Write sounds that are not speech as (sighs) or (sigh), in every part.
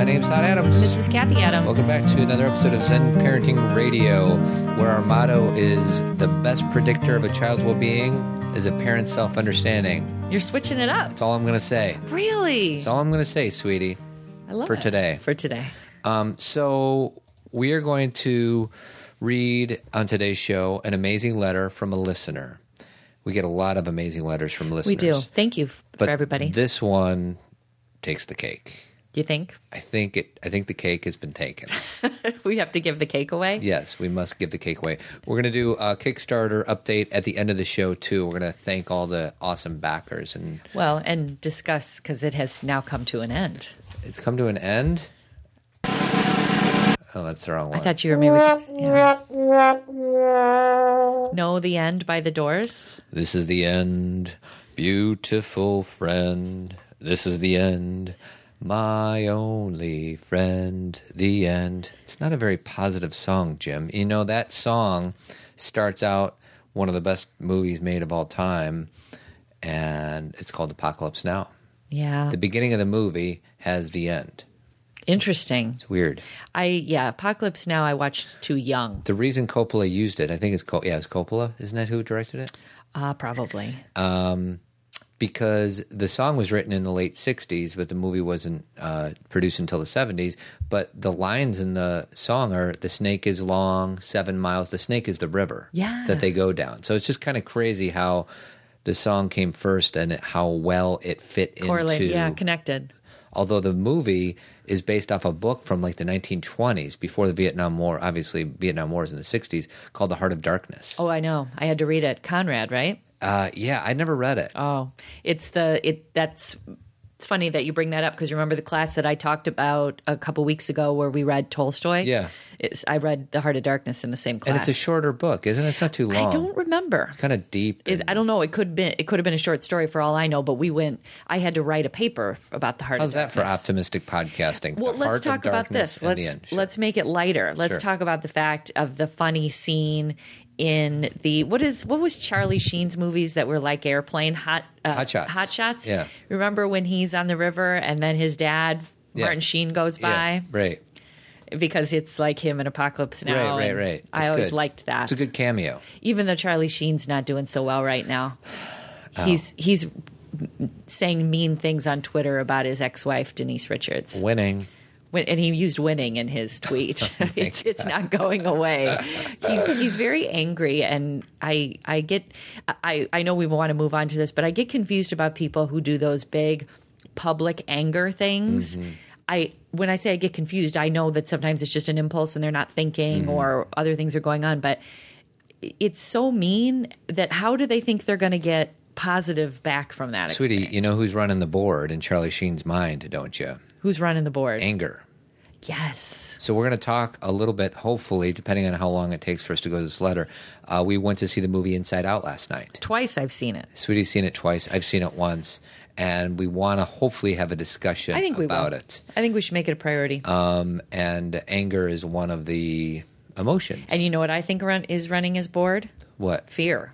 Adams. This is Kathy Adams. Welcome back to another episode of Zen Parenting Radio, where our motto is the best predictor of a child's well being is a parent's self understanding. You're switching it up. That's all I'm going to say. Really? That's all I'm going to say, sweetie. I love for it. today. For today. Um, so we are going to read on today's show an amazing letter from a listener. We get a lot of amazing letters from listeners. We do. Thank you f- But for everybody. This one takes the cake. you think? I think it. I think the cake has been taken. we have to give the cake away? Yes, we must give the cake away. We're going to do a Kickstarter update at the end of the show too. We're going to thank all the awesome backers, and Well, and discuss because it has now come to an end. it's come to an end. Oh, that's the wrong one. I thought you were maybe. yeah. No, the end by the doors. This is the end, beautiful friend. This is the end, my only friend. The end. It's not a very positive song, Jim. You know, that song starts out one of the best movies made of all time, and it's called Apocalypse Now. Yeah. The beginning of the movie has the end. Interesting. It's weird. I yeah, Apocalypse Now I watched too young. The reason Coppola used it, I think it's Cop- yeah, it's Coppola. Isn't that who directed it? Uh probably. because the song was written in the late 60s, but the movie wasn't uh, produced until the 70s. But the lines in the song are the snake is long, seven miles. The snake is the river Yeah. that they go down. So it's just kind of crazy how the song came first and how well it fit Correlate. into. Yeah, connected. although the movie is based off a book from like the 1920s before the Vietnam War. Obviously, Vietnam War is in the 60s called The Heart of Darkness. Oh, I know. I had to read it. Conrad, right? Uh, yeah, I never read it. Oh, it's the it. That's it's funny that you bring that up because remember the class that I talked about a couple weeks ago where we read Tolstoy. Yeah. it's, I read The Heart of Darkness in the same class. and it's a shorter book, isn't it? It's not too long. I don't remember. kind of deep. Is, and- I don't know. It could been it could have been a short story for all I know. But we went. I had to write a paper about the heart. how's of that for Darkness. optimistic podcasting? Well, The let's heart talk of about darkness this. and the Let's end. Sure. let's make it lighter. Let's Sure. talk about the fact of the funny scene in the what is what was Charlie Sheen's movies that were like airplane hot uh, Hot Shots. Hot shots. Yeah. Remember when he's on the river and then his dad Yeah. Martin Sheen goes Yeah, by right, because it's like him in Apocalypse right, Now. right, and right. I It's always good. liked that. It's a good cameo. Even though Charlie Sheen's not doing so well (sighs) right now, Oh. he's he's saying mean things on Twitter about his ex-wife Denise Richards. Winning. When, and he used winning in his tweet. it's, it's not going away. He's, he's very angry, and I I get I I know we want to move on to this, but I get confused about people who do those big public anger things. I when I say I get confused, I know that sometimes it's just an impulse and they're not thinking or other things are going on, but it's so mean that how do they think they're going to get positive back from that? Sweetie, you experience? know who's running the board in Charlie Sheen's mind, don't you? who's running the board? Anger. yes. So we're going to talk a little bit, hopefully, depending on how long it takes for us to go to this letter. Uh, we went to see the movie Inside Out last night. Twice I've seen it. Sweetie's seen it twice. I've seen it once. And we want to hopefully have a discussion I think we about will. it. I think we should make it a priority. Um, and anger is one of the emotions. and you know what I think run, is running his board? what? Fear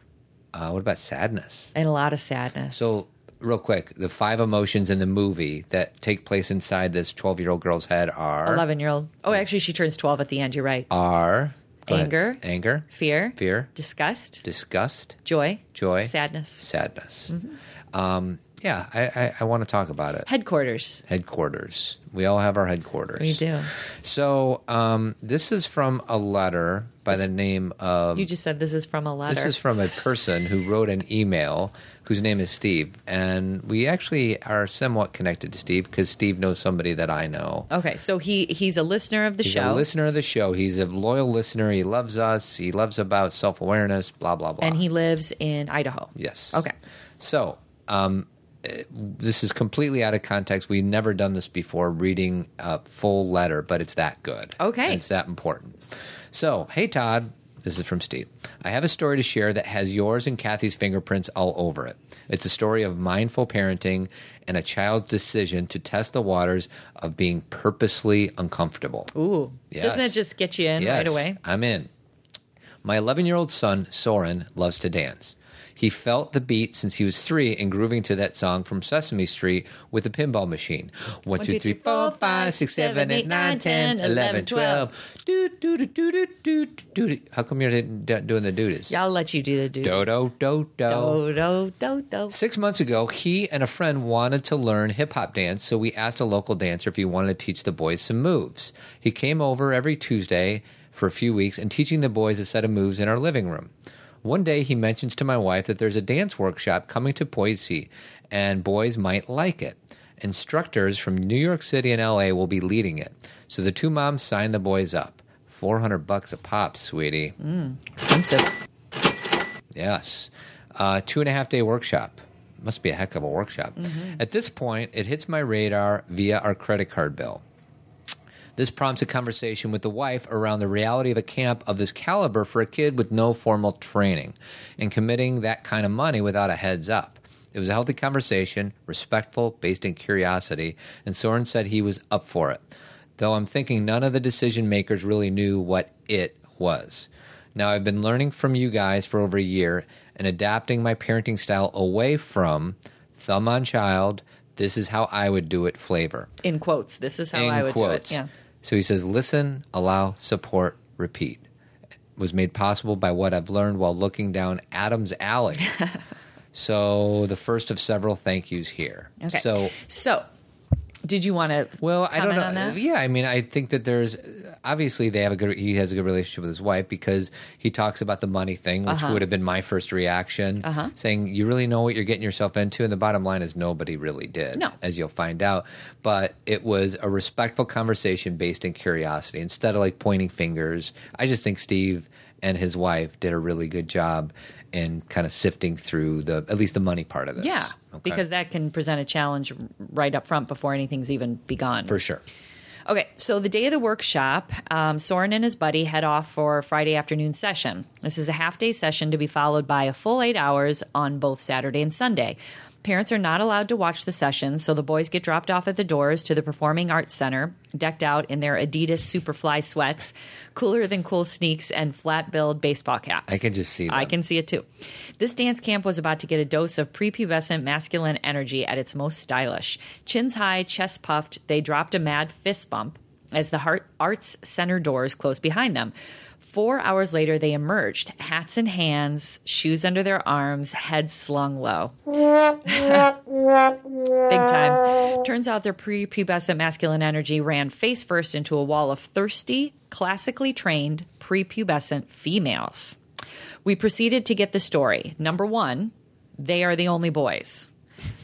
Uh, what about sadness? and a lot of sadness. So, real quick, the five emotions in the movie that take place inside this 12 year old girl's head are eleven year old. Oh, actually, she turns twelve at the end. You're right. are go ahead. Anger. anger, Fear, fear, disgust, disgust, joy, joy, sadness. sadness. Mm-hmm. Um, yeah, I, I, I want to talk about it. Headquarters. Headquarters. We all have our headquarters. We do. So, um, this is from a letter by the name of You just said this is from a letter. Um, This is from a person who wrote an email whose name is Steve. And we actually are somewhat connected to Steve because Steve knows somebody that I know. okay, so he he's a listener of the He's show, a listener of the show. He's a loyal listener. He loves us. He loves about self awareness, blah, blah, blah. and he lives in Idaho. Yes. Okay. So, um, eh, this is completely out of context. We've never done this before, reading a full letter, but it's that good. Okay. And it's that important. So, hey, Todd. This is from Steve. I have a story to share that has yours and Kathy's fingerprints all over it. It's a story of mindful parenting and a child's decision to test the waters of being purposely uncomfortable. Ooh, doesn't it Yes. just get you in right away? I'm in. My 11 year old son, Soren, loves to dance. He felt the beat since he was three and grooving to that song from Sesame Street with a pinball machine. One, two, three, four, five, six, seven, eight, nine, ten, eleven, twelve. Do do do do do do do. do. How come you're not doing the doodles? I'll let you do the do. Do do do do. Do do do do. Six months ago, he and a friend wanted to learn hip hop dance, so we asked a local dancer if he wanted to teach the boys some moves. He came over every Tuesday for a few weeks and teaching the boys a set of moves in our living room. One day he mentions to my wife that there's a dance workshop coming to Boise and boys might like it. Instructors from New York City and LA will be leading it. So the two moms signed the boys up. 400 bucks a pop, sweetie. Expensive. Yes. Uh, two and a half day workshop. Must be a heck of a workshop. At this point, it hits my radar via our credit card bill. This prompts a conversation with the wife around the reality of a camp of this caliber for a kid with no formal training and committing that kind of money without a heads up. It was a healthy conversation, respectful, based in curiosity, and Soren said he was up for it. Though I'm thinking none of the decision makers really knew what it was. Now, I've been learning from you guys for over a year and adapting my parenting style away from thumb on child, this is how I would do it flavor. In quotes. This is how in I would quotes. do it. Yeah. So he says, listen, allow, support, repeat. Was made possible by what I've learned while looking down Adam's (laughs) alley. so the first of several thank yous here. Okay. So So, did you want to? well, I don't comment know. on that? Yeah, I mean, I think that there's obviously they have a good. He has a good relationship with his wife because he talks about the money thing, which Uh-huh. would have been my first reaction, saying you really know what you're getting yourself into, and the bottom line is nobody really did, No. as you'll find out. But it was a respectful conversation based in curiosity instead of like pointing fingers. I just think Steve and his wife did a really good job in kind of sifting through the at least the money part of this. yeah, Okay. because that can present a challenge right up front before anything's even begun. for sure. Okay, so the day of the workshop, um, Soren and his buddy head off for Friday afternoon session. This is a half day session to be followed by a full eight hours on both Saturday and Sunday. Parents are not allowed to watch the session, so the boys get dropped off at the doors to the Performing Arts Center, decked out in their Adidas Superfly sweats, cooler than cool sneaks, and flat billed baseball caps. I can just see I them. can see it too. This dance camp was about to get a dose of prepubescent masculine energy at its most stylish. Chins high, chest puffed, they dropped a mad fist bump as the Heart Arts Center doors closed behind them. Four hours later, they emerged, hats in hands, shoes under their arms, heads slung low. (laughs) Big time. Turns out their prepubescent masculine energy ran face first into a wall of thirsty, classically trained prepubescent females. We proceeded to get the story. Number one, they are the only boys.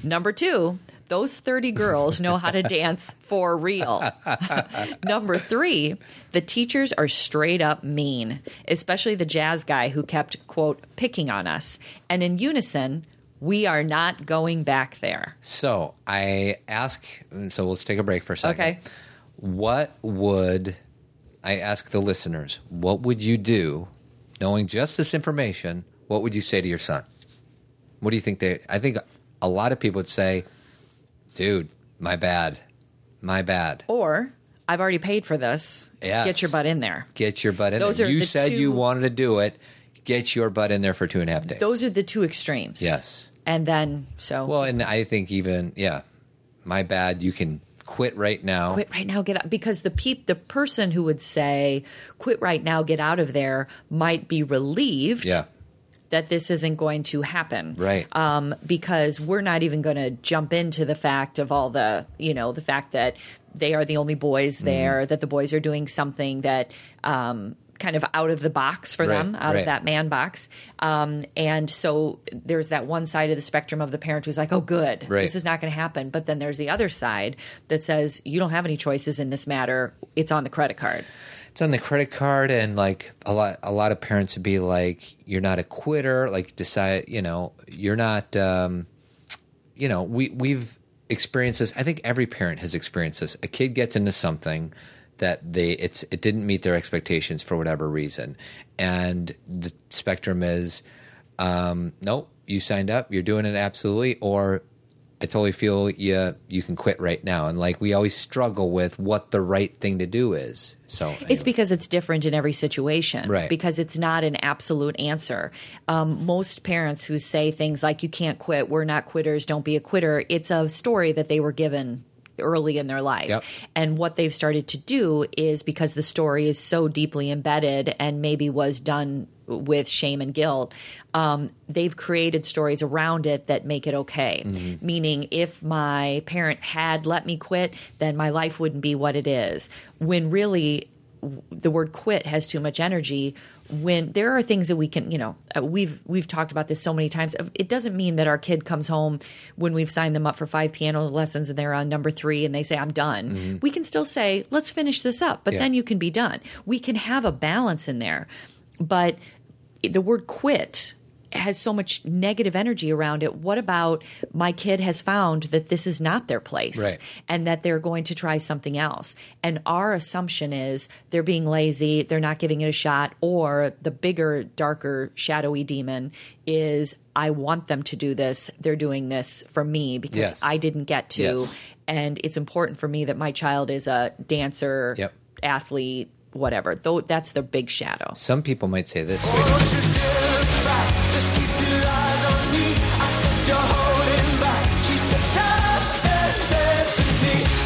Number two, those 30 girls know how to dance for real. (laughs) Number three, the teachers are straight up mean, especially the jazz guy who kept, quote, picking on us. And in unison, we are not going back there. So I ask, and so let's take a break for a second. Okay. What would I ask the listeners? What would you do, knowing just this information? What would you say to your son? What do you think they? I think a lot of people would say, "Dude, my bad, my bad. Or I've already paid for this. Yes. Get your butt in there. Get your butt in Those there. are You the said you two- wanted to do it. Get your butt in there for two and a half days. Those are the two extremes. Yes. And then, so well, and I think even yeah, my bad. You can quit right now. quit right now, get out. Because the peep, the person who would say, quit right now, get out of there, might be relieved Yeah. that this isn't going to happen. Right. Um, because we're not even going to jump into the fact of all the, you know, the fact that they are the only Mm-hmm. boys there, that the boys are doing something that, um, kind of out of the box for Right, them, out right. of that man box. Um, and so there's that one side of the spectrum of the parent who's like, oh, good, Right. this is not going to happen. But then there's the other side that says, you don't have any choices in this matter. It's on the credit card. it's on the credit card and like a lot a lot of parents would be like you're not a quitter like decide you know you're not um you know we we've experienced this i think every parent has experienced this a kid gets into something that they it's it didn't meet their expectations for whatever reason and the spectrum is um nope you signed up you're doing it absolutely or I totally feel you you can quit right now. And like we always struggle with what the right thing to do is. So It's because it's different in every situation. Right. Because it's not an absolute answer. Um, most parents who say things like, you can't quit, we're not quitters, don't be a quitter, it's a story that they were given early in their life. Yep. And what they've started to do is because the story is so deeply embedded and maybe was done with shame and guilt, um, they've created stories around it that make it okay. Mm-hmm. Meaning, if my parent had let me quit, then my life wouldn't be what it is. When really, w- the word quit has too much energy when there are things that we can you know uh, we've we've talked about this so many times Uh, it doesn't mean that our kid comes home when we've signed them up for five piano lessons and they're on number 3 and they say I'm done we can still say let's finish this up but Yeah. then you can be done we can have a balance in there but the word quit has so much negative energy around it. What about my kid has found that this is not their place Right. and that they're going to try something else? And our assumption is they're being lazy, they're not giving it a shot, or the bigger, darker, shadowy demon is I want them to do this, they're doing this for me because Yes. I didn't get to. Yes. And it's important for me that my child is a dancer, Yep. athlete, whatever. Though that's their big shadow. some people might say this. Don't you dare back, just keep your eyes on me. I said you're holding back. She said, Shut up and dance with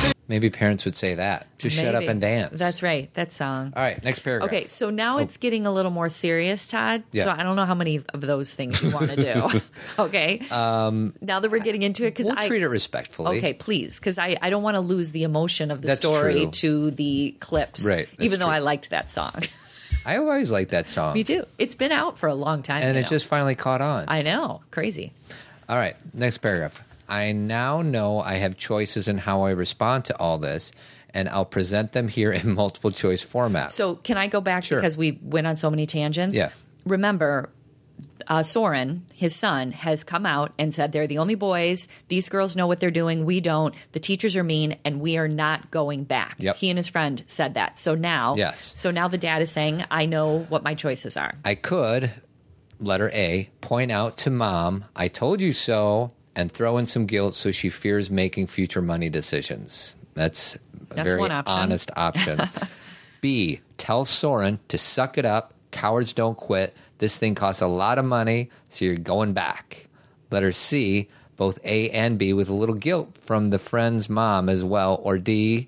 me. Maybe parents would say that. Just shut up Maybe. and dance. That's right. That song. All right, next paragraph. Okay, so now it's getting a little more serious, Todd. Yeah. So I don't know how many of those things you want to (laughs) do. okay. Um, now that we're getting into it, because We'll I treat it respectfully. okay, please, because I, I don't want to lose the emotion of the That's story true. to the clips. Right, that's Even though true. I liked that song, (laughs) I always like that song. me too. It's been out for a long time, And you it know. just finally caught on. I know, crazy. All right, next paragraph. I now know I have choices in how I respond to all this, and I'll present them here in multiple choice format. So can I go back Sure. because we went on so many tangents? Yeah. Remember, uh, Soren, his son, has come out and said they're the only boys. These girls know what they're doing. We don't. The teachers are mean, and we are not going back. Yep. He and his friend said that. So now, Yes. So now the dad is saying, I know what my choices are. I could, letter A, point out to mom, I told you so, and throw in some guilt so she fears making future money decisions. That's a That's very one option. honest (laughs) option. B, tell Soren to suck it up. Cowards don't quit. This thing costs a lot of money, so you're going back. Letter C, both A and B with a little guilt from the friend's mom as well. Or D,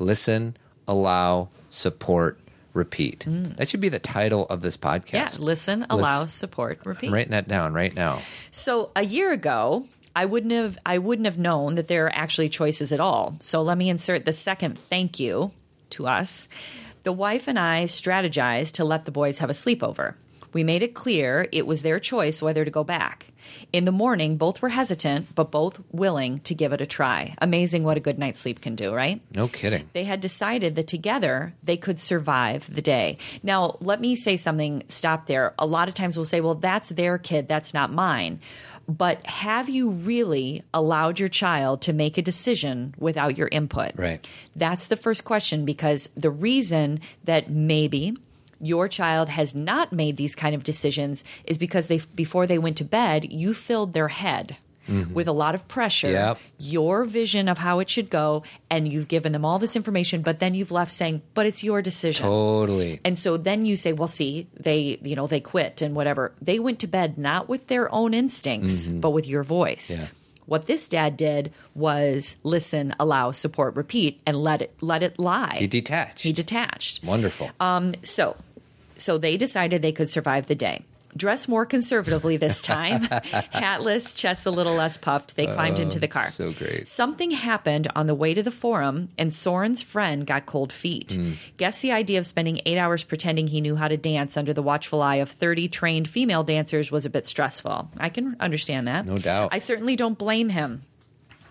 listen, allow, support, repeat. That should be the title of this podcast. Mm. Yeah. Listen, allow, Lis- support, repeat. I'm writing that down right now. So a year ago, I wouldn't have I wouldn't have known that there are actually choices at all. So let me insert the second thank you to us. The wife and I strategized to let the boys have a sleepover. We made it clear it was their choice whether to go back. In the morning, both were hesitant, but both willing to give it a try. Amazing what a good night's sleep can do, right? No kidding. they had decided that together they could survive the day. Now, let me say something, stop there. A lot of times we'll say, well, that's their kid, that's not mine. But have you really allowed your child to make a decision without your input? Right. That's the first question because the reason that maybe your child has not made these kind of decisions is because they before they went to bed, you filled their head with a lot of pressure, Yep. your vision of how it should go, and you've given them all this information, but then you've left saying, "But it's your decision." Totally. And so then you say, well, see, they, you know, they quit and whatever. They went to bed not with their own instincts, but with your voice. Mm-hmm. Yeah. What this dad did was listen, allow, support, repeat, and let it let it lie. He detached. He Uh, detached. Wonderful. So, so they decided they could survive the day. Dress more conservatively (laughs) this time, hatless, chests a little less puffed. They climbed into the car. Oh, so great. Something happened on the way to the forum, and Soren's friend got cold feet. Hmm. Guess the idea of spending eight hours pretending he knew how to dance under the watchful eye of 30 trained female dancers was a bit stressful. I can understand that. No doubt. I certainly don't blame him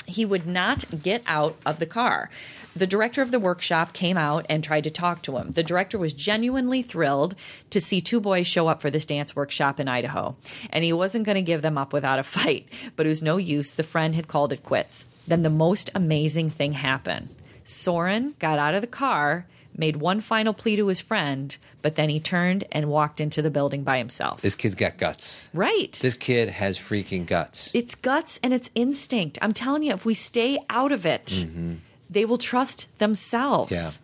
he would not get out of the car. The director of the workshop came out and tried to talk to him. The director was genuinely thrilled to see two boys show up for this dance workshop in Idaho, and he wasn't going to give them up without a fight, but it was no use. The friend had called it quits. Then the most amazing thing happened Soren got out of the car. made one final plea to his friend, but then he turned and walked into the building by himself. This kid's got guts. right. This kid has freaking guts. it's guts and it's instinct. I'm telling you, if we stay out of it, Mm-hmm. they will trust themselves.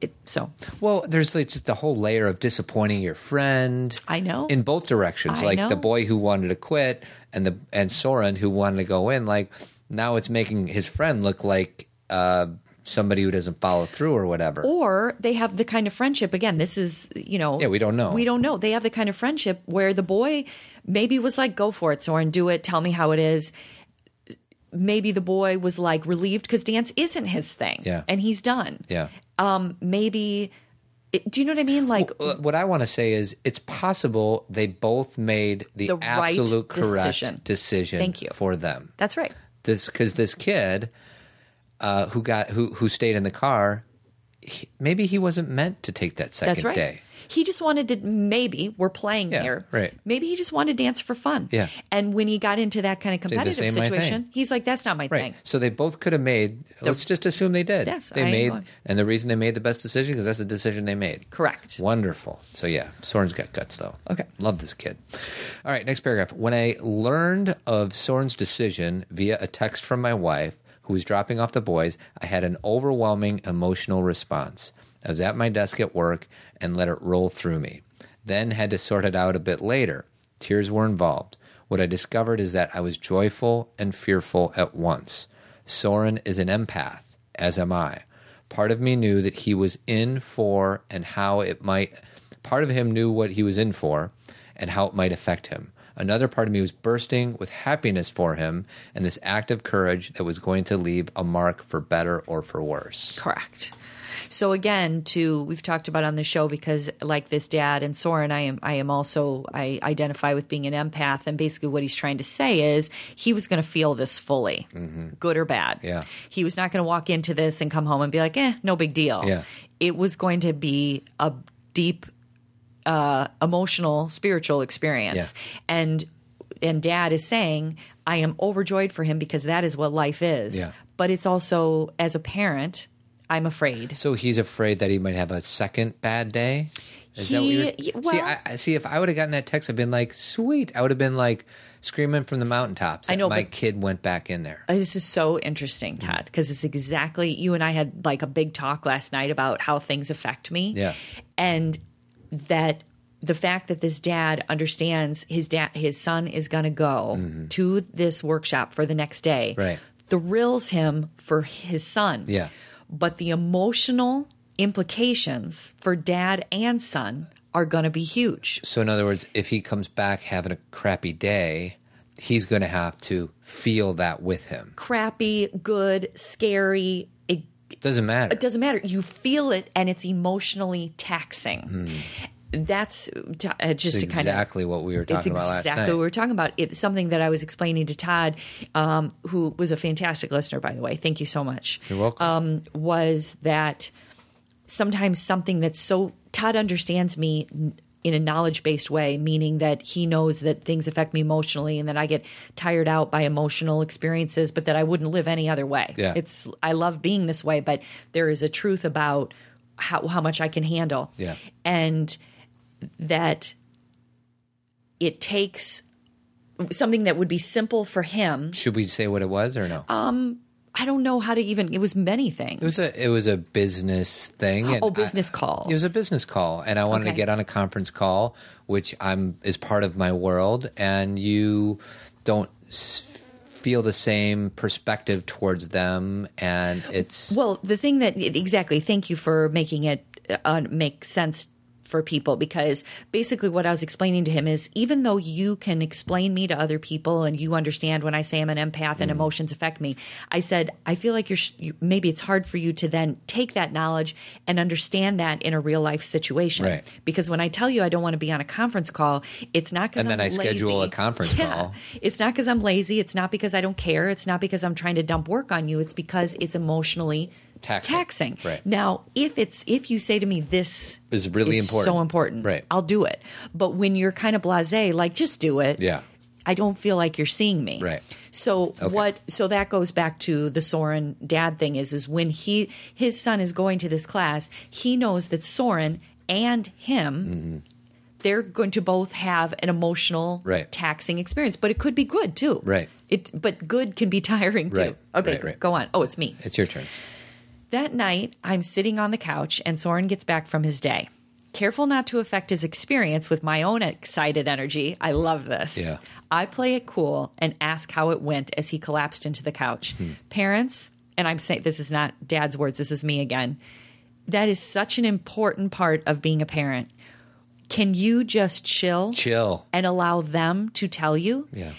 It, so Well, there's like just the whole layer of disappointing your friend. I know. In both directions, I like know. the boy who wanted to quit and the and Soren who wanted to go in. Like now, it's making his friend look like uh, somebody who doesn't follow through or whatever. or they have the kind of friendship again this is you know Yeah, we don't know. we don't know they have the kind of friendship where the boy maybe was like go for it soren do it tell me how it is maybe the boy was like relieved because dance isn't his thing Yeah. and he's done yeah. um maybe it- do you know what i mean like Wh- uh, What I want to say is, it's possible they both made the, The right absolute correct decision. decision, Thank you. for them. that's right this because this kid uh, who got who who stayed in the car, he, maybe he wasn't meant to take that second that's right day. he just wanted to maybe we're playing Yeah, here right. maybe he just wanted to dance for fun Yeah. and when he got into that kind of the competitive same, my situation thing. he's like that's not my Right. thing So they both could have made. let's just assume they did. Yes, they I made, agree. and the reason they made the best decision because that's the decision they made. correct Wonderful. So yeah, Soren's got guts though. Okay. Love this kid. All right, next paragraph. When I learned of Soren's decision via a text from my wife, who was dropping off the boys, I had an overwhelming emotional response. I was at my desk at work and let it roll through me. Then had to sort it out a bit later. Tears were involved. What I discovered is that I was joyful and fearful at once. Soren is an empath, as am I. Part of me knew that he was in for and how it might. Part of him knew what he was in for and how it might affect him. Another part of me was bursting with happiness for him and this act of courage that was going to leave a mark for better or for worse. Correct. So again, to we've talked about on the show because like this dad and Soren, I am I am also I identify with being an empath, and basically what he's trying to say is he was going to feel this fully, good or bad. Mm-hmm. Yeah. he was not going to walk into this and come home and be like, eh, no big deal. Yeah. it was going to be a deep uh, emotional spiritual experience and and dad is saying i am overjoyed for him because that is what life is Yeah. but it's also as a parent i'm afraid So he's afraid that he might have a second bad day. Is that what He- you're, y- see, well- I, I- see, if I would have gotten that text, I'd been like, "Sweet!" I would have been like screaming from the mountaintops. That know, my but- kid went back in there. Uh, this is so Mm. interesting todd because it's exactly you and i had like a big talk last night about how things affect me Yeah. and that the fact that this dad understands his dad his son is going to go to this workshop for the next day Mm-hmm. Right. thrills him for his son Yeah. but the emotional implications for dad and son are going to be huge. So, in other words, if he comes back having a crappy day, he's going to have to feel that with him. Crappy, good, scary, e, it Doesn't matter. it doesn't matter. You feel it and it's emotionally taxing. That's t- uh, just It's to kind of Hmm. exactly what we were talking it's about last exactly night. what we were talking about. It's something that I was explaining to Todd, um, who was a fantastic listener, by the way. Thank you so much. You're welcome. um, was that sometimes something that's so Todd understands me n- in a knowledge based way, meaning that he knows that things affect me emotionally and that I get tired out by emotional experiences, but that I wouldn't live any other way. Yeah. It's I love being this way, but there is a truth about how how much I can handle. Yeah. And that it takes something that would be simple for him. Should we say what it was or no? uh, I don't know how to even it was many things. it was a it was a business thing. and Oh, I- business calls. It was a business call, and I wanted Okay. to get on a conference call, which I'm is part of my world, and you don't s- feel the same perspective towards them, and it's Well, the thing that exactly, thank you for making it uh, make sense for people because basically what I was explaining to him is even though you can explain me to other people and you understand when I say I'm an empath Mm. and emotions affect me, I said I feel like you're sh- you, maybe it's hard for you to then take that knowledge and understand that in a real life situation Right. because when I tell you I don't want to be on a conference call, it's not because And then I'm I schedule lazy. a conference (laughs) Yeah. call. It's not because I'm lazy. It's not because I don't care. It's not because I'm trying to dump work on you. It's because it's emotionally Taxing. Right. Now, if it's if you say to me this Is really important. so important, Right. I'll do it. But when you're kind of blasé, like just do it. yeah. I don't feel like you're seeing me. Right. So Okay. what? So that goes back to the Soren dad thing. Is is when he his son is going to this class, he knows that Soren and him. Mm-hmm. They're going to both have an emotional, Right. taxing experience, but it could be good too. Right. It, but good can be (laughs) tiring too. Right, Okay, right, right. go on. Oh, it's me. It's your turn. That night, I'm sitting on the couch and Soren gets back from his day. Careful not to affect his experience with my own excited energy. I love this. Yeah. I play it cool and ask how it went as he collapsed into the couch. Parents, and I'm saying this is not dad's words, this is me again. That is such an important part of being a parent. Can you just chill Chill. and allow them to tell you? Yeah.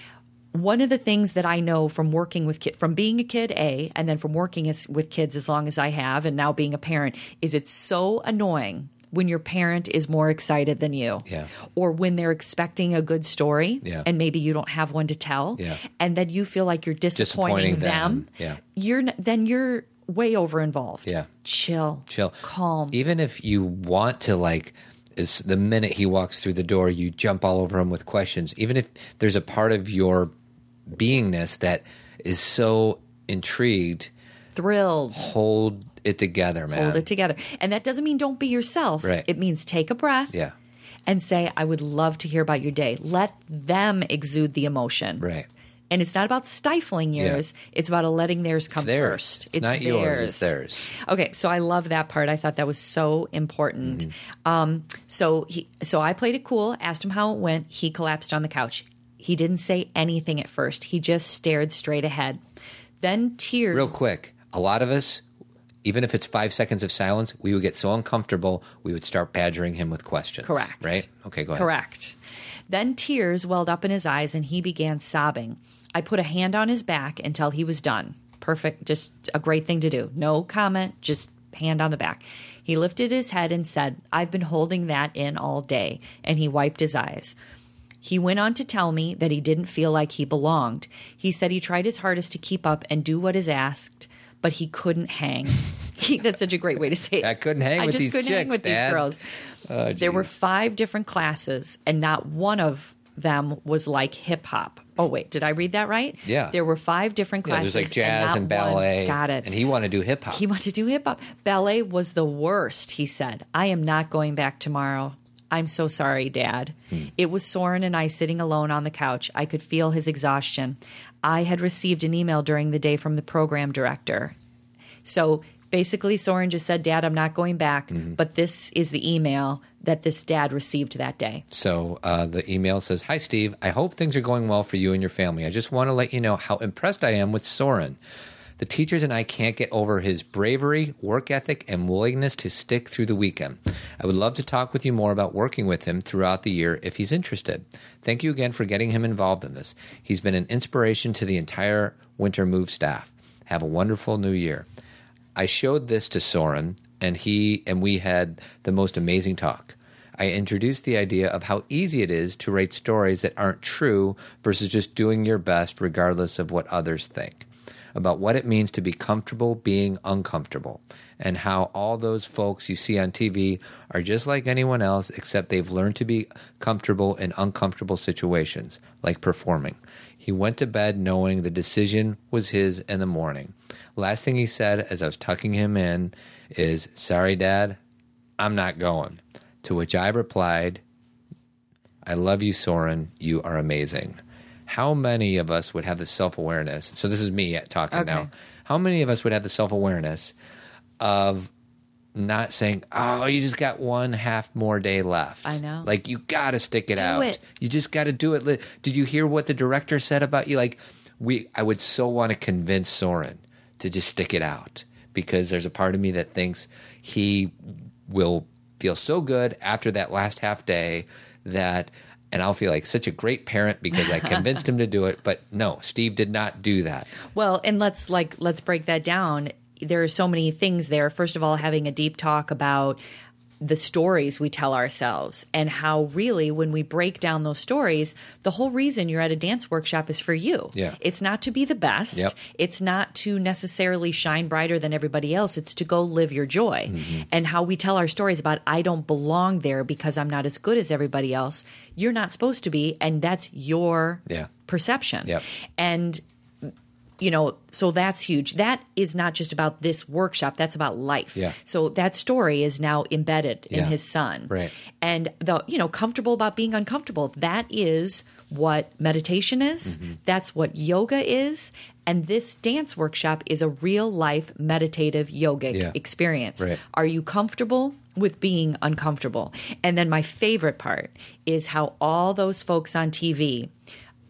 one of the things that I know from working with kid, from being a kid A, and then from working as, with kids as long as I have, and now being a parent, is it's so annoying when your parent is more excited than you, Yeah. or when they're expecting a good story, Yeah. and maybe you don't have one to tell, Yeah. and then you feel like you're disappointing, Disappointing them. them. Yeah. You're n- then you're way over involved. Yeah. chill, Chill. calm. Even if you want to, like, is the minute he walks through the door, you jump all over him with questions. Even if there's a part of your beingness that is so intrigued, thrilled. hold it together, man. Hold it together, and that doesn't mean don't be yourself. Right. It means take a breath. yeah. and say, I would love to hear about your day. Let them exude the emotion. Right. And it's not about stifling yours, it's about letting theirs come It's theirs. first. It's, not yours. It's theirs. Okay, so I love that part. I thought that was so important. Mm-hmm. Um, so he, so I played it cool. Asked him how it went. He collapsed on the couch. He didn't say anything at first. He just stared straight ahead. Then tears. Real quick, a lot of us, even if it's five seconds of silence, we would get so uncomfortable, we would start badgering him with questions. Correct. Right? Okay, go ahead. Correct. Then tears welled up in his eyes and he began sobbing. I put a hand on his back until he was done. Perfect. Just a great thing to do. No comment, just hand on the back. He lifted his head and said, I've been holding that in all day. And he wiped his eyes. He went on to tell me that he didn't feel like he belonged. He said he tried his hardest to keep up and do what is asked, but he couldn't hang. (laughs) He, that's such a great way to say it. I couldn't hang I with just these couldn't hang chicks, with Dad. these girls. Oh, There were geez. five different classes, and not one of them was like hip hop. Oh wait, did I read that right? Yeah. There were five different Yeah, classes. there's like jazz not and, ballet. One, got it. And he wanted to do hip hop. He wanted to do hip hop. Ballet was the worst, he said. I am not going back tomorrow. I'm so sorry, Dad. It was Soren and I sitting alone on the couch. I could feel his exhaustion. I had received an email during the day from the program director. So basically, Soren just said, Dad, I'm not going back, but this is the email that this dad received that day. So uh, the email says, Hi, Steve. I hope things are going well for you and your family. I just want to let you know how impressed I am with Soren. The teachers and I can't get over his bravery, work ethic, and willingness to stick through the weekend. I would love to talk with you more about working with him throughout the year if he's interested. Thank you again for getting him involved in this. He's been an inspiration to the entire Winter Move staff. Have a wonderful new year. I showed this to Soren, and he and we had the most amazing talk. I introduced the idea of how easy it is to write stories that aren't true versus just doing your best regardless of what others think, about what it means to be comfortable being uncomfortable, and how all those folks you see on TV are just like anyone else except they've learned to be comfortable in uncomfortable situations, like performing. He went to bed knowing the decision was his in the morning. Last thing he said as I was tucking him in is, Sorry, Dad, I'm not going. To which I replied, I love you, Soren. You are amazing. How many of us would have the self awareness? So, this is me talking now. How many of us would have the self awareness of not saying, Oh, you just got one half more day left? I know. Like, you got to stick it out. it. You just got to do it. Li- Did you hear what the director said about you? Like, we, I would so want to convince Soren to just stick it out because there's a part of me that thinks he will feel so good after that last half day that, and I'll feel like such a great parent because I convinced him to do it. But no, Steve did not do that. Well, and let's like let's break that down. There are so many things there. First of all, having a deep talk about the stories we tell ourselves and how really when we break down those stories the whole reason you're at a dance workshop is for you Yeah. it's not to be the best Yep. it's not to necessarily shine brighter than everybody else it's to go live your joy Mm-hmm. and how we tell our stories about i don't belong there because i'm not as good as everybody else you're not supposed to be and that's your Yeah. perception Yep. and you know, so that's huge. That is not just about this workshop, that's about life. Yeah. So that story is now embedded in Yeah. his son. Right. And the, you know, comfortable about being uncomfortable. That is what meditation is, Mm-hmm. that's what yoga is. And this dance workshop is a real life meditative yogic Yeah. experience. Right. Are you comfortable with being uncomfortable? And then my favorite part is how all those folks on TV,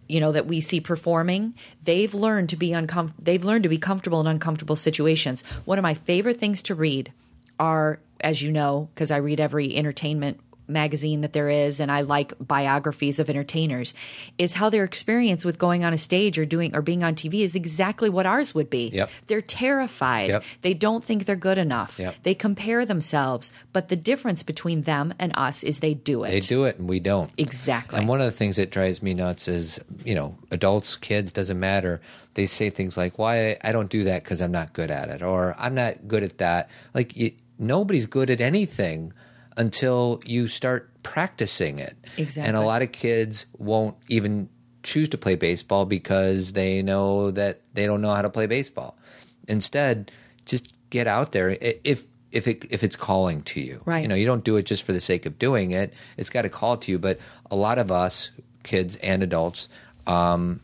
you know, that we see performing, they've learned to be uncom- they've learned to be comfortable in uncomfortable situations. One of my favorite things to read are, as you know, because I read every entertainment magazine that there is and I like biographies of entertainers is how their experience with going on a stage or doing or being on TV is exactly what ours would be. Yep. They're terrified. Yep. They don't think they're good enough. Yep. They compare themselves, but the difference between them and us is they do it. They do it and we don't. Exactly. And one of the things that drives me nuts is, you know, adults, kids, doesn't matter. They say things like, why I don't do that because I'm not good at it, or I'm not good at that. Like, you, nobody's good at anything until you start practicing it. And Exactly. a lot of kids won't even choose to play baseball because they know that they don't know how to play baseball. Instead, just get out there. I- If, if it if it's calling to you, Right. You know, you don't do it just for the sake of doing it. It's got to call to you. But a lot of us, kids and adults, um,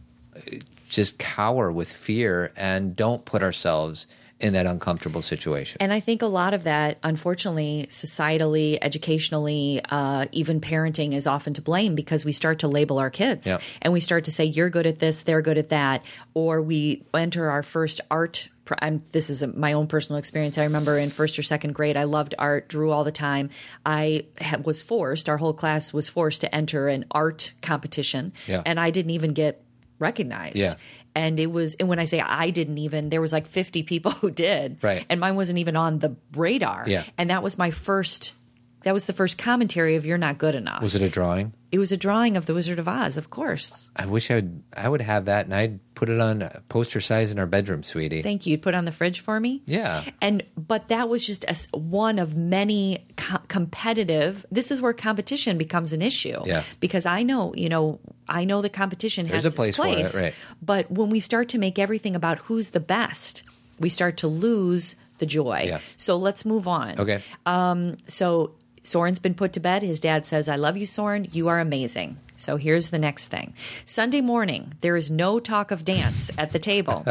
just cower with fear and don't put ourselves in that uncomfortable situation. And I think a lot of that, unfortunately, societally, educationally, uh, even parenting is often to blame because we start to label our kids Yeah. and we start to say, you're good at this, they're good at that. Or we enter our first art. pr- I'm, this is a, my own personal experience. I remember in first or second grade, I loved art, drew all the time. I ha- was forced, our whole class was forced to enter an art competition. Yeah. And I didn't even get recognized. Yeah. And it was, and when I say I didn't even, there was like 50 people (laughs) who did. Right. And mine wasn't even on the radar. Yeah. And that was my first, that was the first commentary of You're Not Good Enough. was it a drawing? it was a drawing of The Wizard of Oz, of course. I wish I would. I would have that, and I'd put it on uh, poster size in our bedroom, sweetie. Thank you. You'd put it on the fridge for me. Yeah. And, but that was just a s one of many co- competitive, this is where competition becomes an issue. Yeah. Because I know, you know, I know that competition There's has a place its for it, place. right. But when we start to make everything about who's the best, we start to lose the joy. Yeah. So let's move on. okay. So Soren's been put to bed. His dad says, I love you, Soren. You are amazing. So here's the next thing Sunday morning, there is no talk of dance at the table.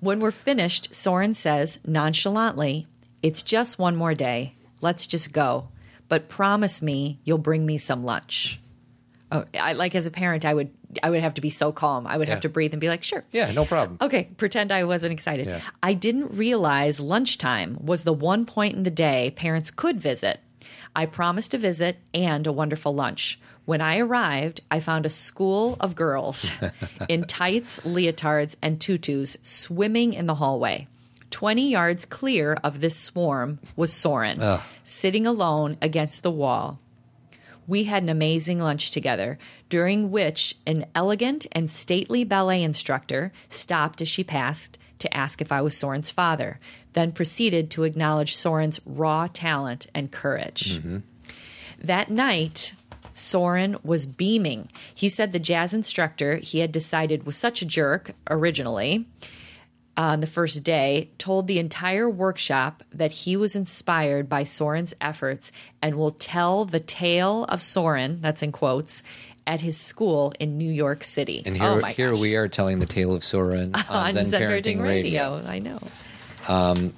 When we're finished, Soren says nonchalantly, It's just one more day. Let's just go. But promise me you'll bring me some lunch. Oh, I, like as a parent, I would I would have to be so calm. I would Yeah. have to breathe and be like, sure. yeah. No problem. Okay, pretend I wasn't excited. Yeah. I didn't realize lunchtime was the one point in the day parents could visit. I promised a visit and a wonderful lunch. When I arrived, I found a school of girls in tights, leotards, and tutus swimming in the hallway. 20 yards clear of this swarm was Soren, sitting alone against the wall. We had an amazing lunch together, during which an elegant and stately ballet instructor stopped as she passed to ask if I was Soren's father, then proceeded to acknowledge Soren's raw talent and courage. That night, Soren was beaming. He said the jazz instructor he had decided was such a jerk originally on the first day told the entire workshop that he was inspired by Soren's efforts and will tell the tale of Soren, that's in quotes, at his school in New York City. And here, oh my here gosh. we are telling the tale of Soren on, (laughs) on Zen, Zen Parenting, Radio. I know.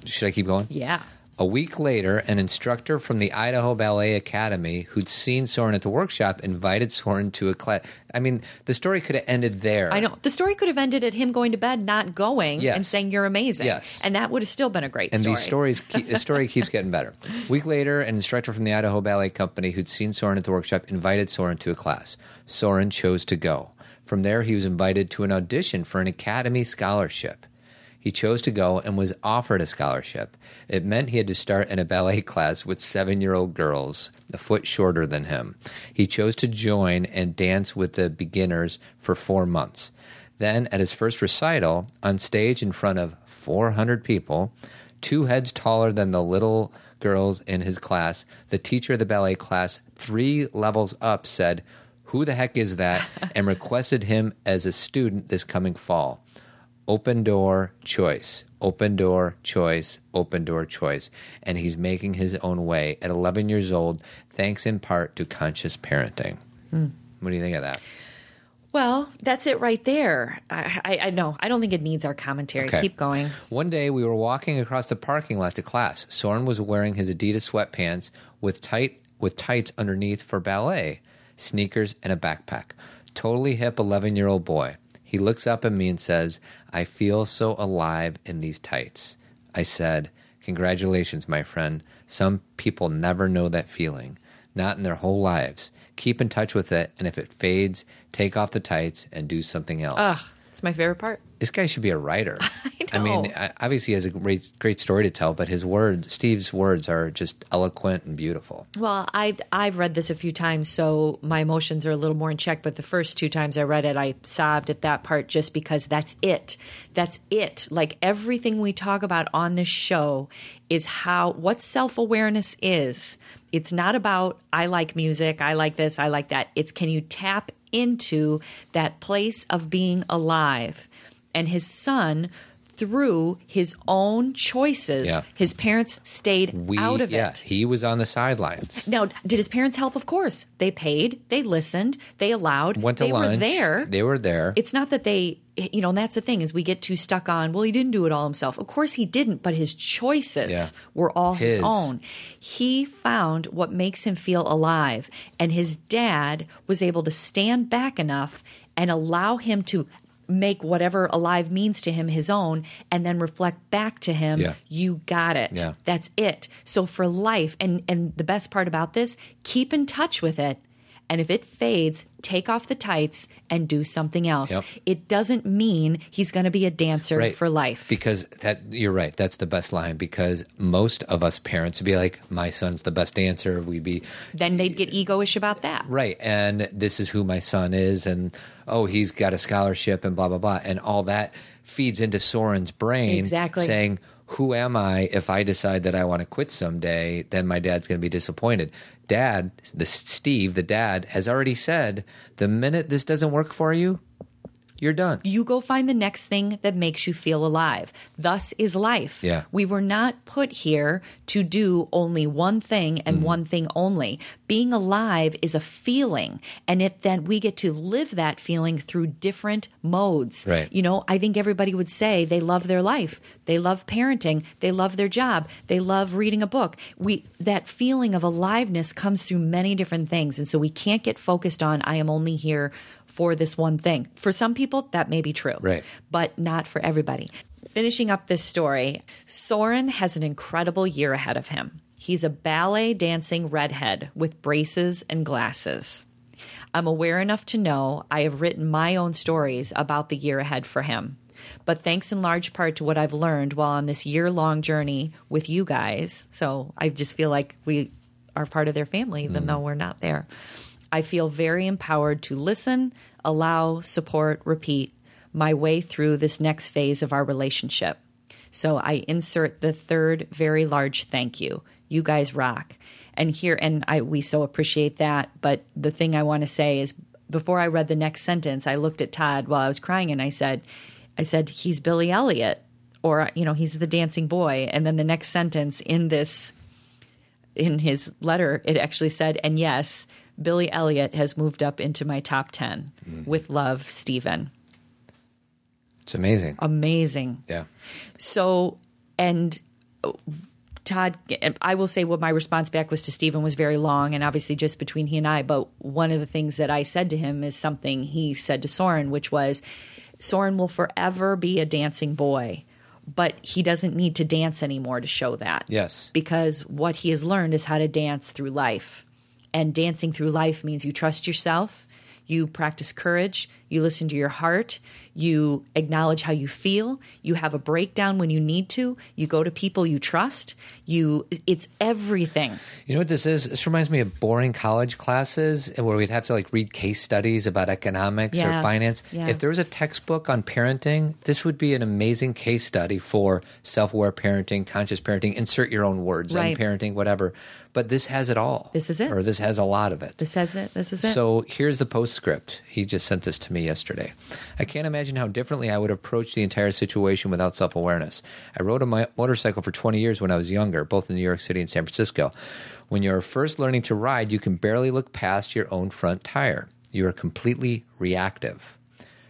Should I keep going? Yeah. A week later, an instructor from the Idaho Ballet Academy who'd seen Soren at the workshop invited Soren to a class. I mean, the story could have ended there. I know. The story could have ended at him going to bed, not going, and Yes. saying, You're amazing. Yes. And that would have still been a great And story. these stories, ke- the (laughs) story keeps getting better. A week later, an instructor from the Idaho Ballet Company who'd seen Soren at the workshop invited Soren to a class. Soren chose to go. From there, he was invited to an audition for an academy scholarship. He chose to go and was offered a scholarship. It meant he had to start in a ballet class with seven year old girls, a foot shorter than him. He chose to join and dance with the beginners for four months. Then, at his first recital, on stage in front of 400 people, two heads taller than the little girls in his class, the teacher of the ballet class, three levels up, said, Who the heck is that? and requested him as a student this coming fall. Open door choice, open door choice, open door choice. And he's making his own way at 11 years old, thanks in part to conscious parenting. What do you think of that? Well, that's it right there. I, I, I know. I don't think it needs our commentary. Okay. Keep going. One day we were walking across the parking lot to class. Soren was wearing his Adidas sweatpants with tight with tights underneath for ballet, sneakers and a backpack. Totally hip 11-year-old boy. He looks up at me and says, "I feel so alive in these tights." I said, "Congratulations, my friend. Some people never know that feeling, not in their whole lives. Keep in touch with it, and if it fades, take off the tights and do something else." Ugh, it's my favorite part. this guy should be a (laughs) writer. I, know. mean, I, obviously, he has a great, great story to tell, but his words, Steve's words, are just eloquent and beautiful. Well, I I've read this a few times, so my emotions are a little more in check. But the first two times I read it, I sobbed at that part just because that's it. That's it. Like everything we talk about on this show is how what self awareness is. It's not about I like music, I like this, I like that. It's can you tap into that place of being alive? And his son, through his own choices, Yeah. his parents stayed We, out of yeah, it. he was on the sidelines. Now, did his parents help? Of course. They paid, they listened, they allowed, Went to they lunch. were there. They were there. it's not that they, you know, and that's the thing is we get too stuck on, well, he didn't do it all himself. Of course he didn't, but his choices Yeah. were all his. His. own. He found what makes him feel alive, and his dad was able to stand back enough and allow him to make whatever alive means to him his own and then reflect back to him Yeah. you got it Yeah. that's it. So for life, and and the best part about this, keep in touch with it. And if it fades, take off the tights and do something else. Yep. It doesn't mean he's going to be a dancer for life. Because that you're right. That's the best line because most of us parents would be like, "My son's the best dancer." We'd be then they'd get egoish about that. right, and this is who my son is, and oh, he's got a scholarship, and blah blah blah, and all that feeds into Soren's brain, Exactly. saying. Who am I if I decide that I want to quit someday? Then my dad's going to be disappointed. Dad, the Steve, the dad has already said the minute this doesn't work for you, you're done. You go find the next thing that makes you feel alive. Thus is life. Yeah. We were not put here to do only one thing and Mm-hmm. one thing only. Being alive is a feeling, and it then we get to live that feeling through different modes. Right. You know, I think everybody would say they love their life, they love parenting, they love their job, they love reading a book. We that feeling of aliveness comes through many different things, and so we can't get focused on I am only here for this one thing. For some people, that may be true Right. but not for everybody. Finishing up this story, Soren has an incredible year ahead of him. He's a ballet dancing redhead with braces and glasses. I'm aware enough to know I have written my own stories about the year ahead for him. But thanks in large part to what I've learned while on this year long journey with you guys. So I just feel like we are part of their family, even though we're not there. I feel very empowered to listen, allow, support, repeat my way through this next phase of our relationship. So I insert the third very large thank you. You guys rock. And here and I we so appreciate that, but the thing I want to say is before I read the next sentence, I looked at Todd while I was crying and I said I said he's Billy Elliot or you know, he's the dancing boy and then the next sentence in this in his letter, it actually said, and yes, Billy Elliot has moved up into my top 10 with love, Stephen. It's amazing. Amazing. yeah. So, and uh, Todd, and I will say what my response back was to Stephen was very long and obviously just between he and I. But one of the things that I said to him is something he said to Soren, which was Soren will forever be a dancing boy, but he doesn't need to dance anymore to show that. Yes. Because what he has learned is how to dance through life. And dancing through life means you trust yourself, you practice courage, you listen to your heart, you acknowledge how you feel, you have a breakdown when you need to, you go to people you trust, you it's everything. You know what this is? This reminds me of boring college classes where we'd have to like read case studies about economics Yeah. or finance. Yeah. If there was a textbook on parenting, this would be an amazing case study for self-aware parenting, conscious parenting, insert your own words Right. on parenting, whatever. But this has it all. This is it. Or this has a lot of it. This says it. This is it. So here's the postscript. He just sent this to me yesterday. I can't imagine how differently I would approach the entire situation without self awareness. I rode a mi- motorcycle for 20 years when I was younger, both in New York City and San Francisco. When you're first learning to ride, you can barely look past your own front tire. You are completely reactive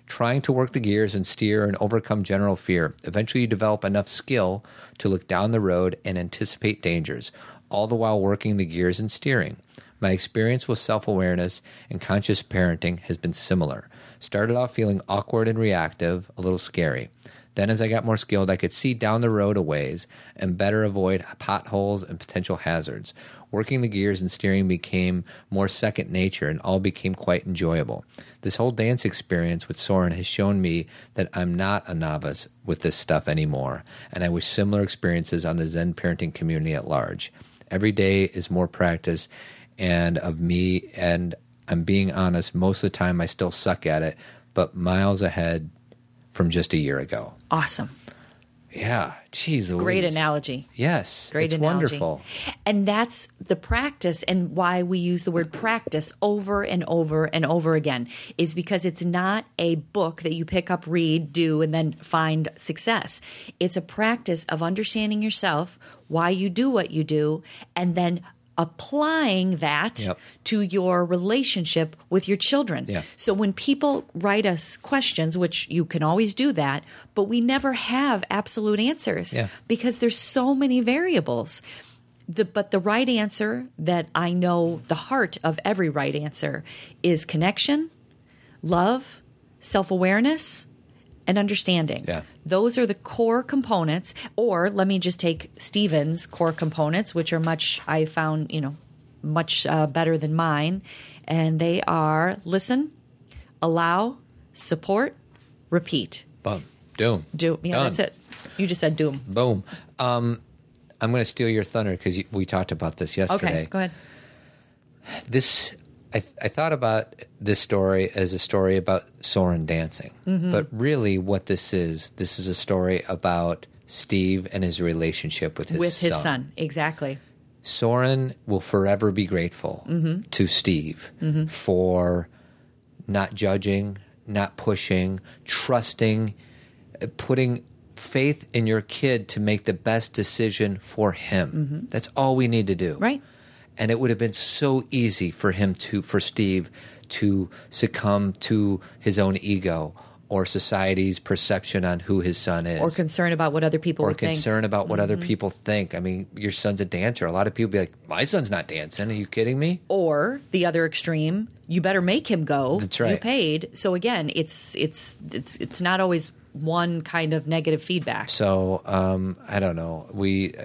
trying to work the gears and steer and overcome general fear. Eventually, you develop enough skill to look down the road and anticipate dangers, all the while working the gears and steering. My experience with self awareness and conscious parenting has been similar. Started off feeling awkward and reactive, a little scary. Then, as I got more skilled, I could see down the road a ways and better avoid potholes and potential hazards. Working the gears and steering became more second nature and all became quite enjoyable. This whole dance experience with Soren has shown me that I'm not a novice with this stuff anymore, and I wish similar experiences on the Zen parenting community at large. Every day is more practice and of me, and I'm being honest, most of the time I still suck at it, but miles ahead from just a year ago. awesome. Yeah. Jeez. Great Louise. analogy. Yes. Great it's analogy. wonderful. And that's the practice and why we use the word practice over and over and over again is because it's not a book that you pick up, read, do, and then find success. It's a practice of understanding yourself, why you do what you do, and then applying that Yep. to your relationship with your children. Yeah. So when people write us questions, which you can always do that, but we never have absolute answers Yeah. because there's so many variables. The, but the right answer that I know the heart of every right answer is connection, love, self awareness, and understanding. Yeah. Those are the core components. Or let me just take Stephen's core components, which are much, I found, you know, much uh, better than mine. And they are listen, allow, support, repeat. Boom. Doom. Do. Yeah, Done. that's it. You just said doom. Boom. Um, I'm going to steal your thunder because we talked about this yesterday. Okay, go ahead. This, I, I thought about this story as a story about Soren dancing, Mm-hmm. but really, what this is, this is a story about Steve and his relationship with his With his son. Exactly. Soren will forever be grateful Mm-hmm. to Steve for not judging, not pushing, trusting, uh, putting faith in your kid to make the best decision for him. That's all we need to do. Mm-hmm. Right. And it would have been so easy for him to, for Steve to succumb to his own ego or society's perception on who his son is Or concern about what other people or would think. Mm-hmm. concern about what other people think. I mean, your son's a dancer. A lot of people be like, "My son's not dancing. Are you kidding me?" or the other extreme, you better make him go. That's right. You paid. So again, it's it's it's it's not always one kind of negative feedback. So um, I don't know. We uh,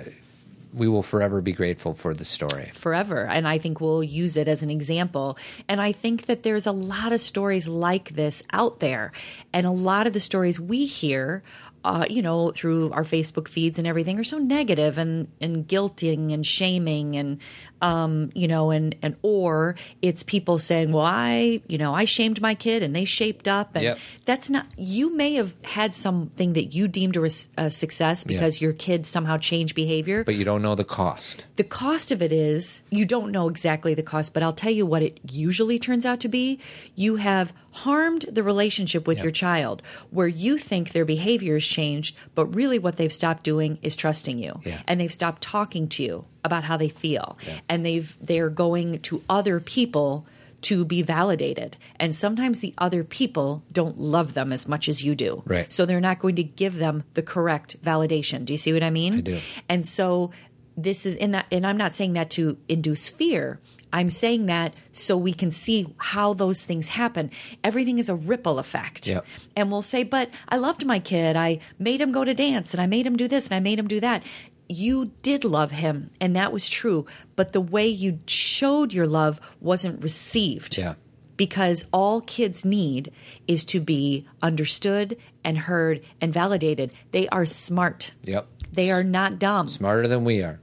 we will forever be grateful for the story. forever. And I think we'll use it as an example. And I think that there's a lot of stories like this out there. And a lot of the stories we hear, uh, you know, through our Facebook feeds and everything are so negative and, and guilting and shaming and, um, you know, and, and, or it's people saying, well, I, you know, I shamed my kid and they shaped up. And Yep. that's not, you may have had something that you deemed a, res- a success because your kid somehow changed behavior But you don't know the cost. the cost of it is you don't know exactly the cost, but I'll tell you what it usually turns out to be. You have harmed the relationship with your child where you think their behavior has changed, but really what they've stopped doing is trusting you. Yeah. And they've stopped talking to you about how they feel. And they've they're going to other people to be validated. And sometimes the other people don't love them as much as you do. Right. So they're not going to give them the correct validation. Do you see what I mean? do. And so this is in that and I'm not saying that to induce fear. I'm saying that so we can see how those things happen. Everything is a ripple effect. Yep. And we'll say, "But I loved my kid. I made him go to dance and I made him do this and I made him do that." You did love him and that was true, but the way you showed your love wasn't received Yeah. because all kids need is to be understood and heard and validated. They are smart. Yep. They are not dumb. Smarter than we are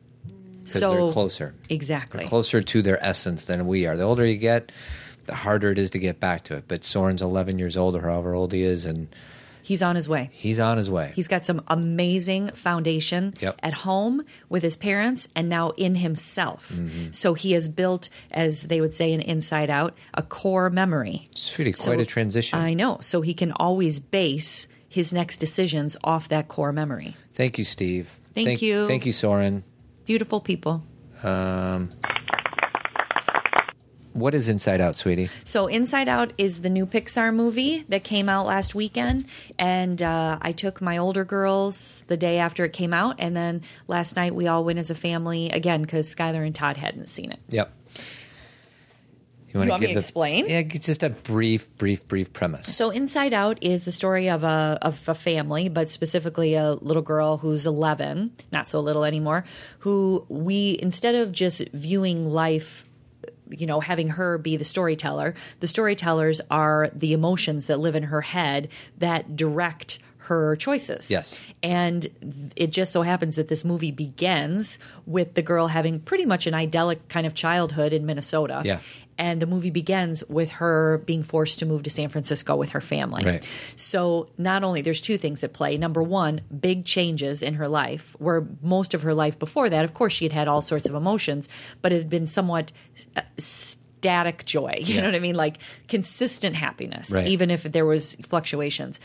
because so they're closer. Exactly. Closer to their essence than we are. The older you get, the harder it is to get back to it. But Soren's 11 years old or however old he is, and He's on his way. he's on his way. He's got some amazing foundation Yep. at home with his parents and now in himself. So he has built, as they would say in Inside Out, a core memory. it's really So- quite a transition. I know. So he can always base his next decisions off that core memory. Thank you, Steve. Thank you. Thank you, Soren. Beautiful people. What is Inside Out, sweetie? So, Inside Out is the new Pixar movie that came out last weekend. And uh, I took my older girls the day after it came out. And then last night we all went as a family again because Skylar and Todd hadn't seen it. Yep. You, wanna want me to explain? Yeah, g- just a brief, brief, brief premise. So, Inside Out is the story of a of a family, but specifically a little girl who's 11, not so little anymore, who we instead of just viewing life you know, having her be the storyteller, the storytellers are the emotions that live in her head that direct her choices. Yes. And it just so happens that this movie begins with the girl having pretty much an idyllic kind of childhood in Minnesota. Yeah. And the movie begins with her being forced to move to San Francisco with her family. Right. So, not only there's two things at play. Number one, big changes in her life, where most of her life before that, of course, she had had all sorts of emotions, but it had been somewhat uh, static joy. (laughs) You Yeah. know what I mean? Like consistent happiness, Right. even if there was fluctuations.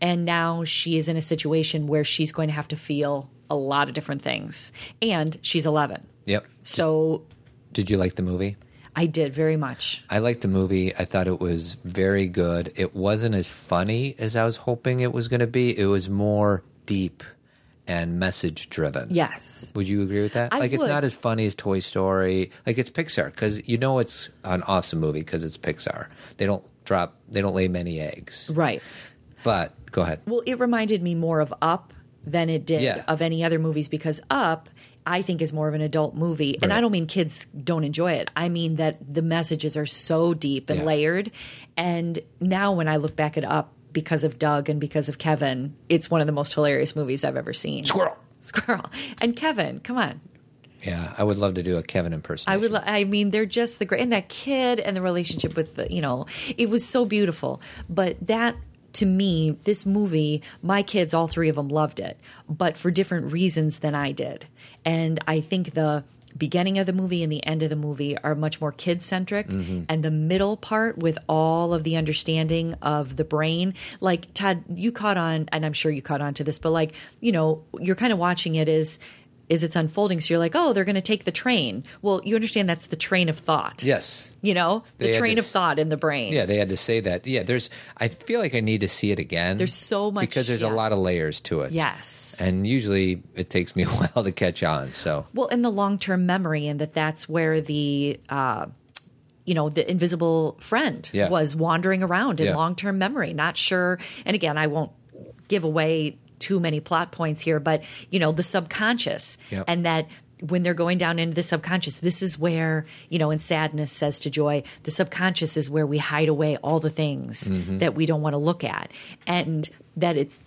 And now she is in a situation where she's going to have to feel a lot of different things, and she's 11. Yep. So, Did you like the movie? I did very much. I liked the movie. I thought it was very good. It wasn't as funny as I was hoping it was going to be. It was more deep and message driven. Yes. Would you agree with that? I like it's would. not as funny as Toy Story. Like it's Pixar cuz you know it's an awesome movie cuz it's Pixar. They don't drop they don't lay many eggs. Right. But go ahead. Well, it reminded me more of Up than it did Yeah. of any other movies because Up, I think, is more of an adult movie. And Right. I don't mean kids don't enjoy it. I mean that the messages are so deep and Yeah. layered. And now when I look back at Up, because of Doug and because of Kevin, it's one of the most hilarious movies I've ever seen. (laughs) Squirrel. Squirrel and Kevin, come on! Yeah, I would love to do a Kevin impersonation. I would. lo- I mean, they're just the great and that kid and the relationship with the. You know, it was so beautiful. But that to me, this movie, my kids, all three of them loved it, but for different reasons than I did. And I think the beginning of the movie and the end of the movie are much more kid centric and the middle part with all of the understanding of the brain like Todd you caught on and I'm sure you caught on to this but like you know you're kind of watching it as is it's unfolding. So you're like, oh, they're going to take the train. Well, you understand that's the train of thought. yes. You know, They the had train this- of thought in the brain. Yeah, they had to say that. Yeah, there's. I feel like I need to see it again. There's so much- because there's a yeah. lot of layers to it. Yes. and usually it takes me (laughs) a while to catch on. So Well, in the long term memory, and that that's where the, uh, you know, the invisible friend Yeah. was wandering around in Yeah. long term memory, not sure. And again, I won't give away too many plot points here, but, you know, the subconscious Yep. and that. When they're going down into the subconscious, this is where, you know, and sadness says to joy, the subconscious is where we hide away all the things Mm-hmm. that we don't want to look at. And that it's,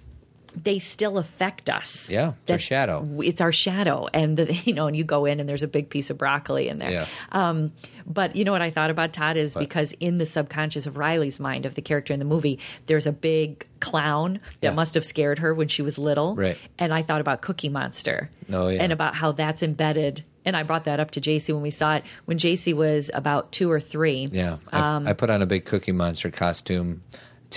they still affect us. Yeah, it's our That- shadow. it's our shadow and the, (laughs) you know and you go in and there's a big piece of broccoli in there yeah, um, but you know what i thought about todd is because in the subconscious of riley's mind of the character in the movie there's a big clown Yeah. that must have scared her when she was little Right. and i thought about cookie monster Oh, yeah. and about how that's embedded and i brought that up to j.c when we saw it when j.c was about two or three yeah. I, Um, I put on a big Cookie Monster costume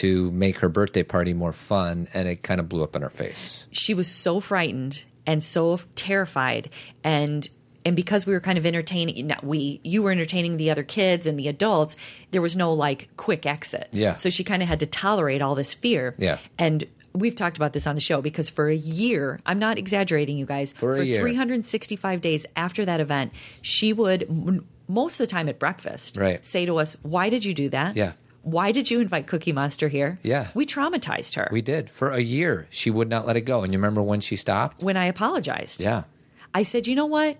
to make her birthday party more fun, and it kind of blew up in her face. she was so frightened and so terrified and and because we were kind of entertaining not we you were entertaining the other kids and the adults there was no like quick exit Yeah. so she kind of had to tolerate all this fear Yeah. and we've talked about this on the show because for a year i'm not exaggerating you guys For a year. 365 days after that event she would m- most of the time at breakfast Right. say to us why did you do that Yeah. why did you invite cookie monster here Yeah. we traumatized her We did for a year. She would not let it go, and you remember when she stopped? when i apologized yeah, I said, you know what?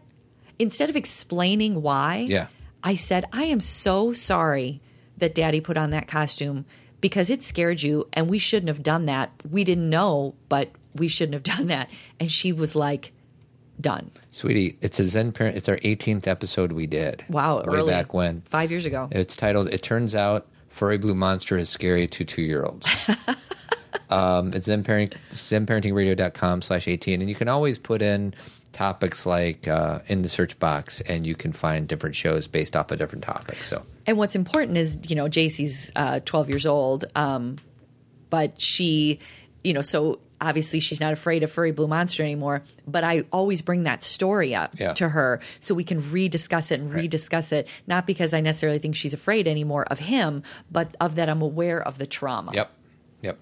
Instead of explaining why, Yeah. I said, I am so sorry that daddy put on that costume because it scared you and we shouldn't have done that. We didn't know, but we shouldn't have (laughs) done that. And she was like, done. Sweetie, it's a Zen parent. It's our 18th episode we did. Wow. Way early. back when. Five years ago. It's titled It Turns Out Furry Blue Monster is Scary to Two Year (laughs) Olds. um, it's Zen, parent, zenparentingradio.com slash 18. And you can always put in topics like uh, in the search box and you can find different shows based off a different topic. So and what's important is you know JC's uh, 12 years old, um, but she, you know, so obviously she's not afraid of furry blue monster anymore. But I always bring that story up Yeah. to her so we can rediscuss it and rediscuss it, not because I necessarily think she's afraid anymore of him, but of that I'm aware of the trauma. Yep. Yep.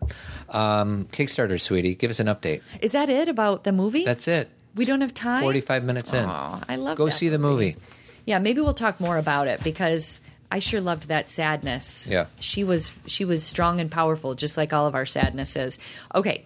Um, Kickstarter, sweetie, give us an update. Is that it about the movie? That's it. we don't have time. 45 minutes in. Aw, I love Go that see the movie. Yeah, maybe we'll talk more about it because I sure loved that sadness. Yeah. She was she was strong and powerful just like all of our sadnesses. Okay.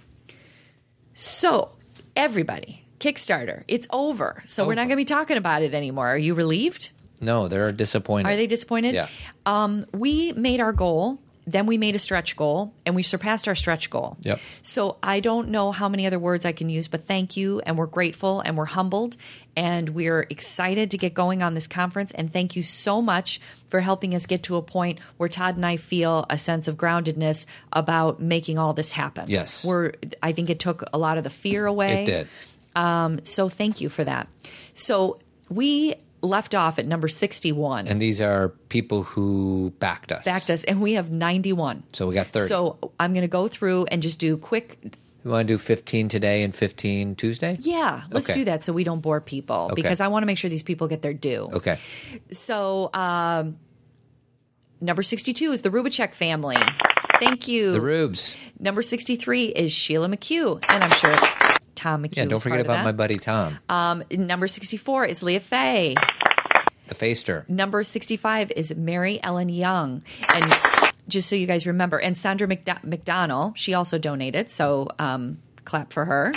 So, everybody, Kickstarter, it's over. So we're not Over. going to be talking about it anymore. Are you relieved? No, they're disappointed. Are they disappointed? Yeah. Um, we made our goal, then we made a stretch goal, and we surpassed our stretch goal. Yep. So I don't know how many other words I can use, but thank you, and we're grateful, and we're humbled, and we're excited to get going on this conference. And thank you so much for helping us get to a point where Todd and I feel a sense of groundedness about making all this happen. Yes. We're. I think it took a lot of the fear away. It did. So thank you for that. So we left off at number sixty-one. And these are people who backed us. backed us, and we have 91. So we got 30. So I'm going to go through and just do quick. You want to do 15 today and 15 Tuesday? Yeah, let's Okay. do that so we don't bore people because I want to make sure these people get their due. Okay. So um, number 62 is the Rubicek family. Thank you. The Rubes. number 63 is Sheila McHugh, and I'm sure Tom McHugh. Yeah, don't was forget part of about my that. buddy Tom, Um, number 64 is Leah Faye. the Faster. Number 65 is Mary Ellen Young. And just so you guys remember, and Sandra McD- McDonnell, she also donated. So um, clap for her.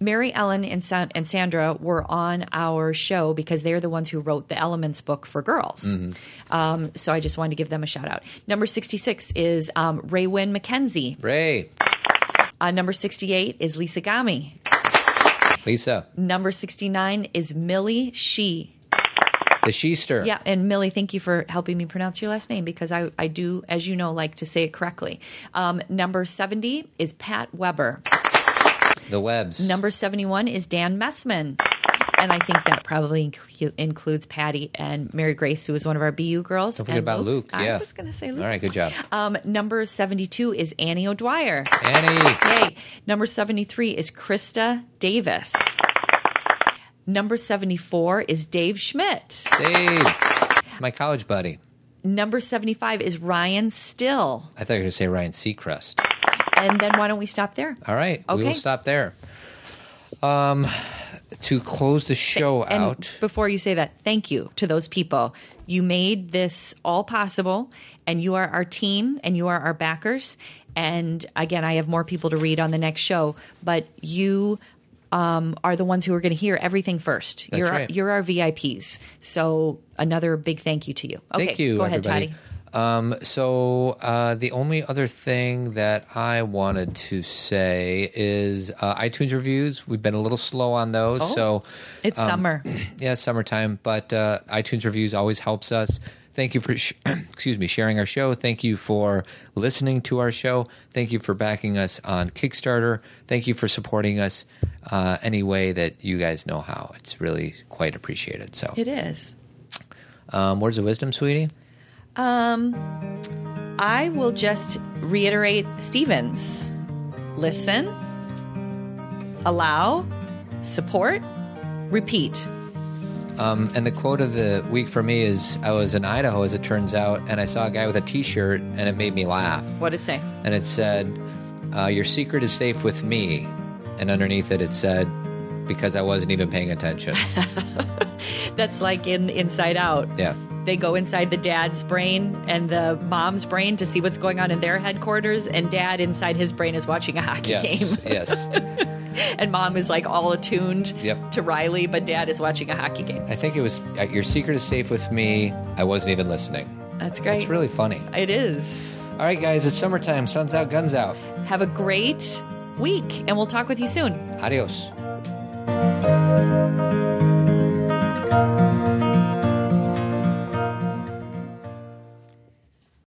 Mary Ellen and, San- and Sandra were on our show because they're the ones who wrote the Elements book for girls. Um, so I just wanted to give them a shout out. Number 66 is um, Raywin McKenzie. Ray, Uh, number 68 is Lisa Gami. Lisa, Number 69 is Millie She. the Sheester. Yeah, and Millie, thank you for helping me pronounce your last name because I, I do, as you know, like to say it correctly. Um, number 70 is Pat Weber. The Webs. Number 71 is Dan Messman. And I think that probably incu- includes Patty and Mary Grace, who was one of our BU girls. Don't forget about Luke. Yeah. I was going to say Luke. All right, good job. Um, number 72 is Annie O'Dwyer. Annie, Yay. Number 73 is Krista Davis. Number 74 is Dave Schmidt. Dave, my college buddy. Number 75 is Ryan Still. I thought you were going to say Ryan Seacrest. And then why don't we stop there? All right, we will Okay. stop there. Um, to close the show And out, before you say that, thank you to those people. You made this all possible, and you are our team, and you are our backers. And again, I have more people to read on the next show, but you um, are the ones who are going to hear everything first. That's you're right. you're our VIPs. So another big thank you to you. Okay, Thank you, Go ahead, everybody. Toddy. Um, so uh, the only other thing that I wanted to say is uh, iTunes reviews. We've been a little slow on those, Oh. so It's Um, (clears throat) summer. yeah, it's summertime. But uh, iTunes reviews always helps us. Thank you for sh- (clears throat) excuse me sharing our show. Thank you for listening to our show. Thank you for backing us on Kickstarter. Thank you for supporting us uh, any way that you guys know how. It's really quite appreciated. So, It is. um, words of wisdom, sweetie. I will just reiterate Stevens listen, allow, support, repeat. Um, and the quote of the week for me is I was in Idaho, as it turns out, and I saw a guy with a t shirt, and it made me laugh. What did it say? And it said, uh, Your secret is safe with me. And underneath it, it said, Because I wasn't even paying attention. That's like in Inside Out. yeah. They go inside the dad's brain and the mom's brain to see what's going on in their headquarters, and dad inside his brain is watching a hockey Yes. game, (laughs) yes. and mom is like all attuned Yep. to Riley, but dad is watching a hockey game. I think it was uh, Your secret is safe with me. I wasn't even listening. That's great. It's really funny. It is. All right, guys, it's summertime. Sun's out, guns out. Have a great week, and we'll talk with you soon. Adios.